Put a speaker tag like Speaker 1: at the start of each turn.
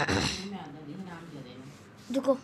Speaker 1: मैं अंदर नहीं नाम दे देना
Speaker 2: रुको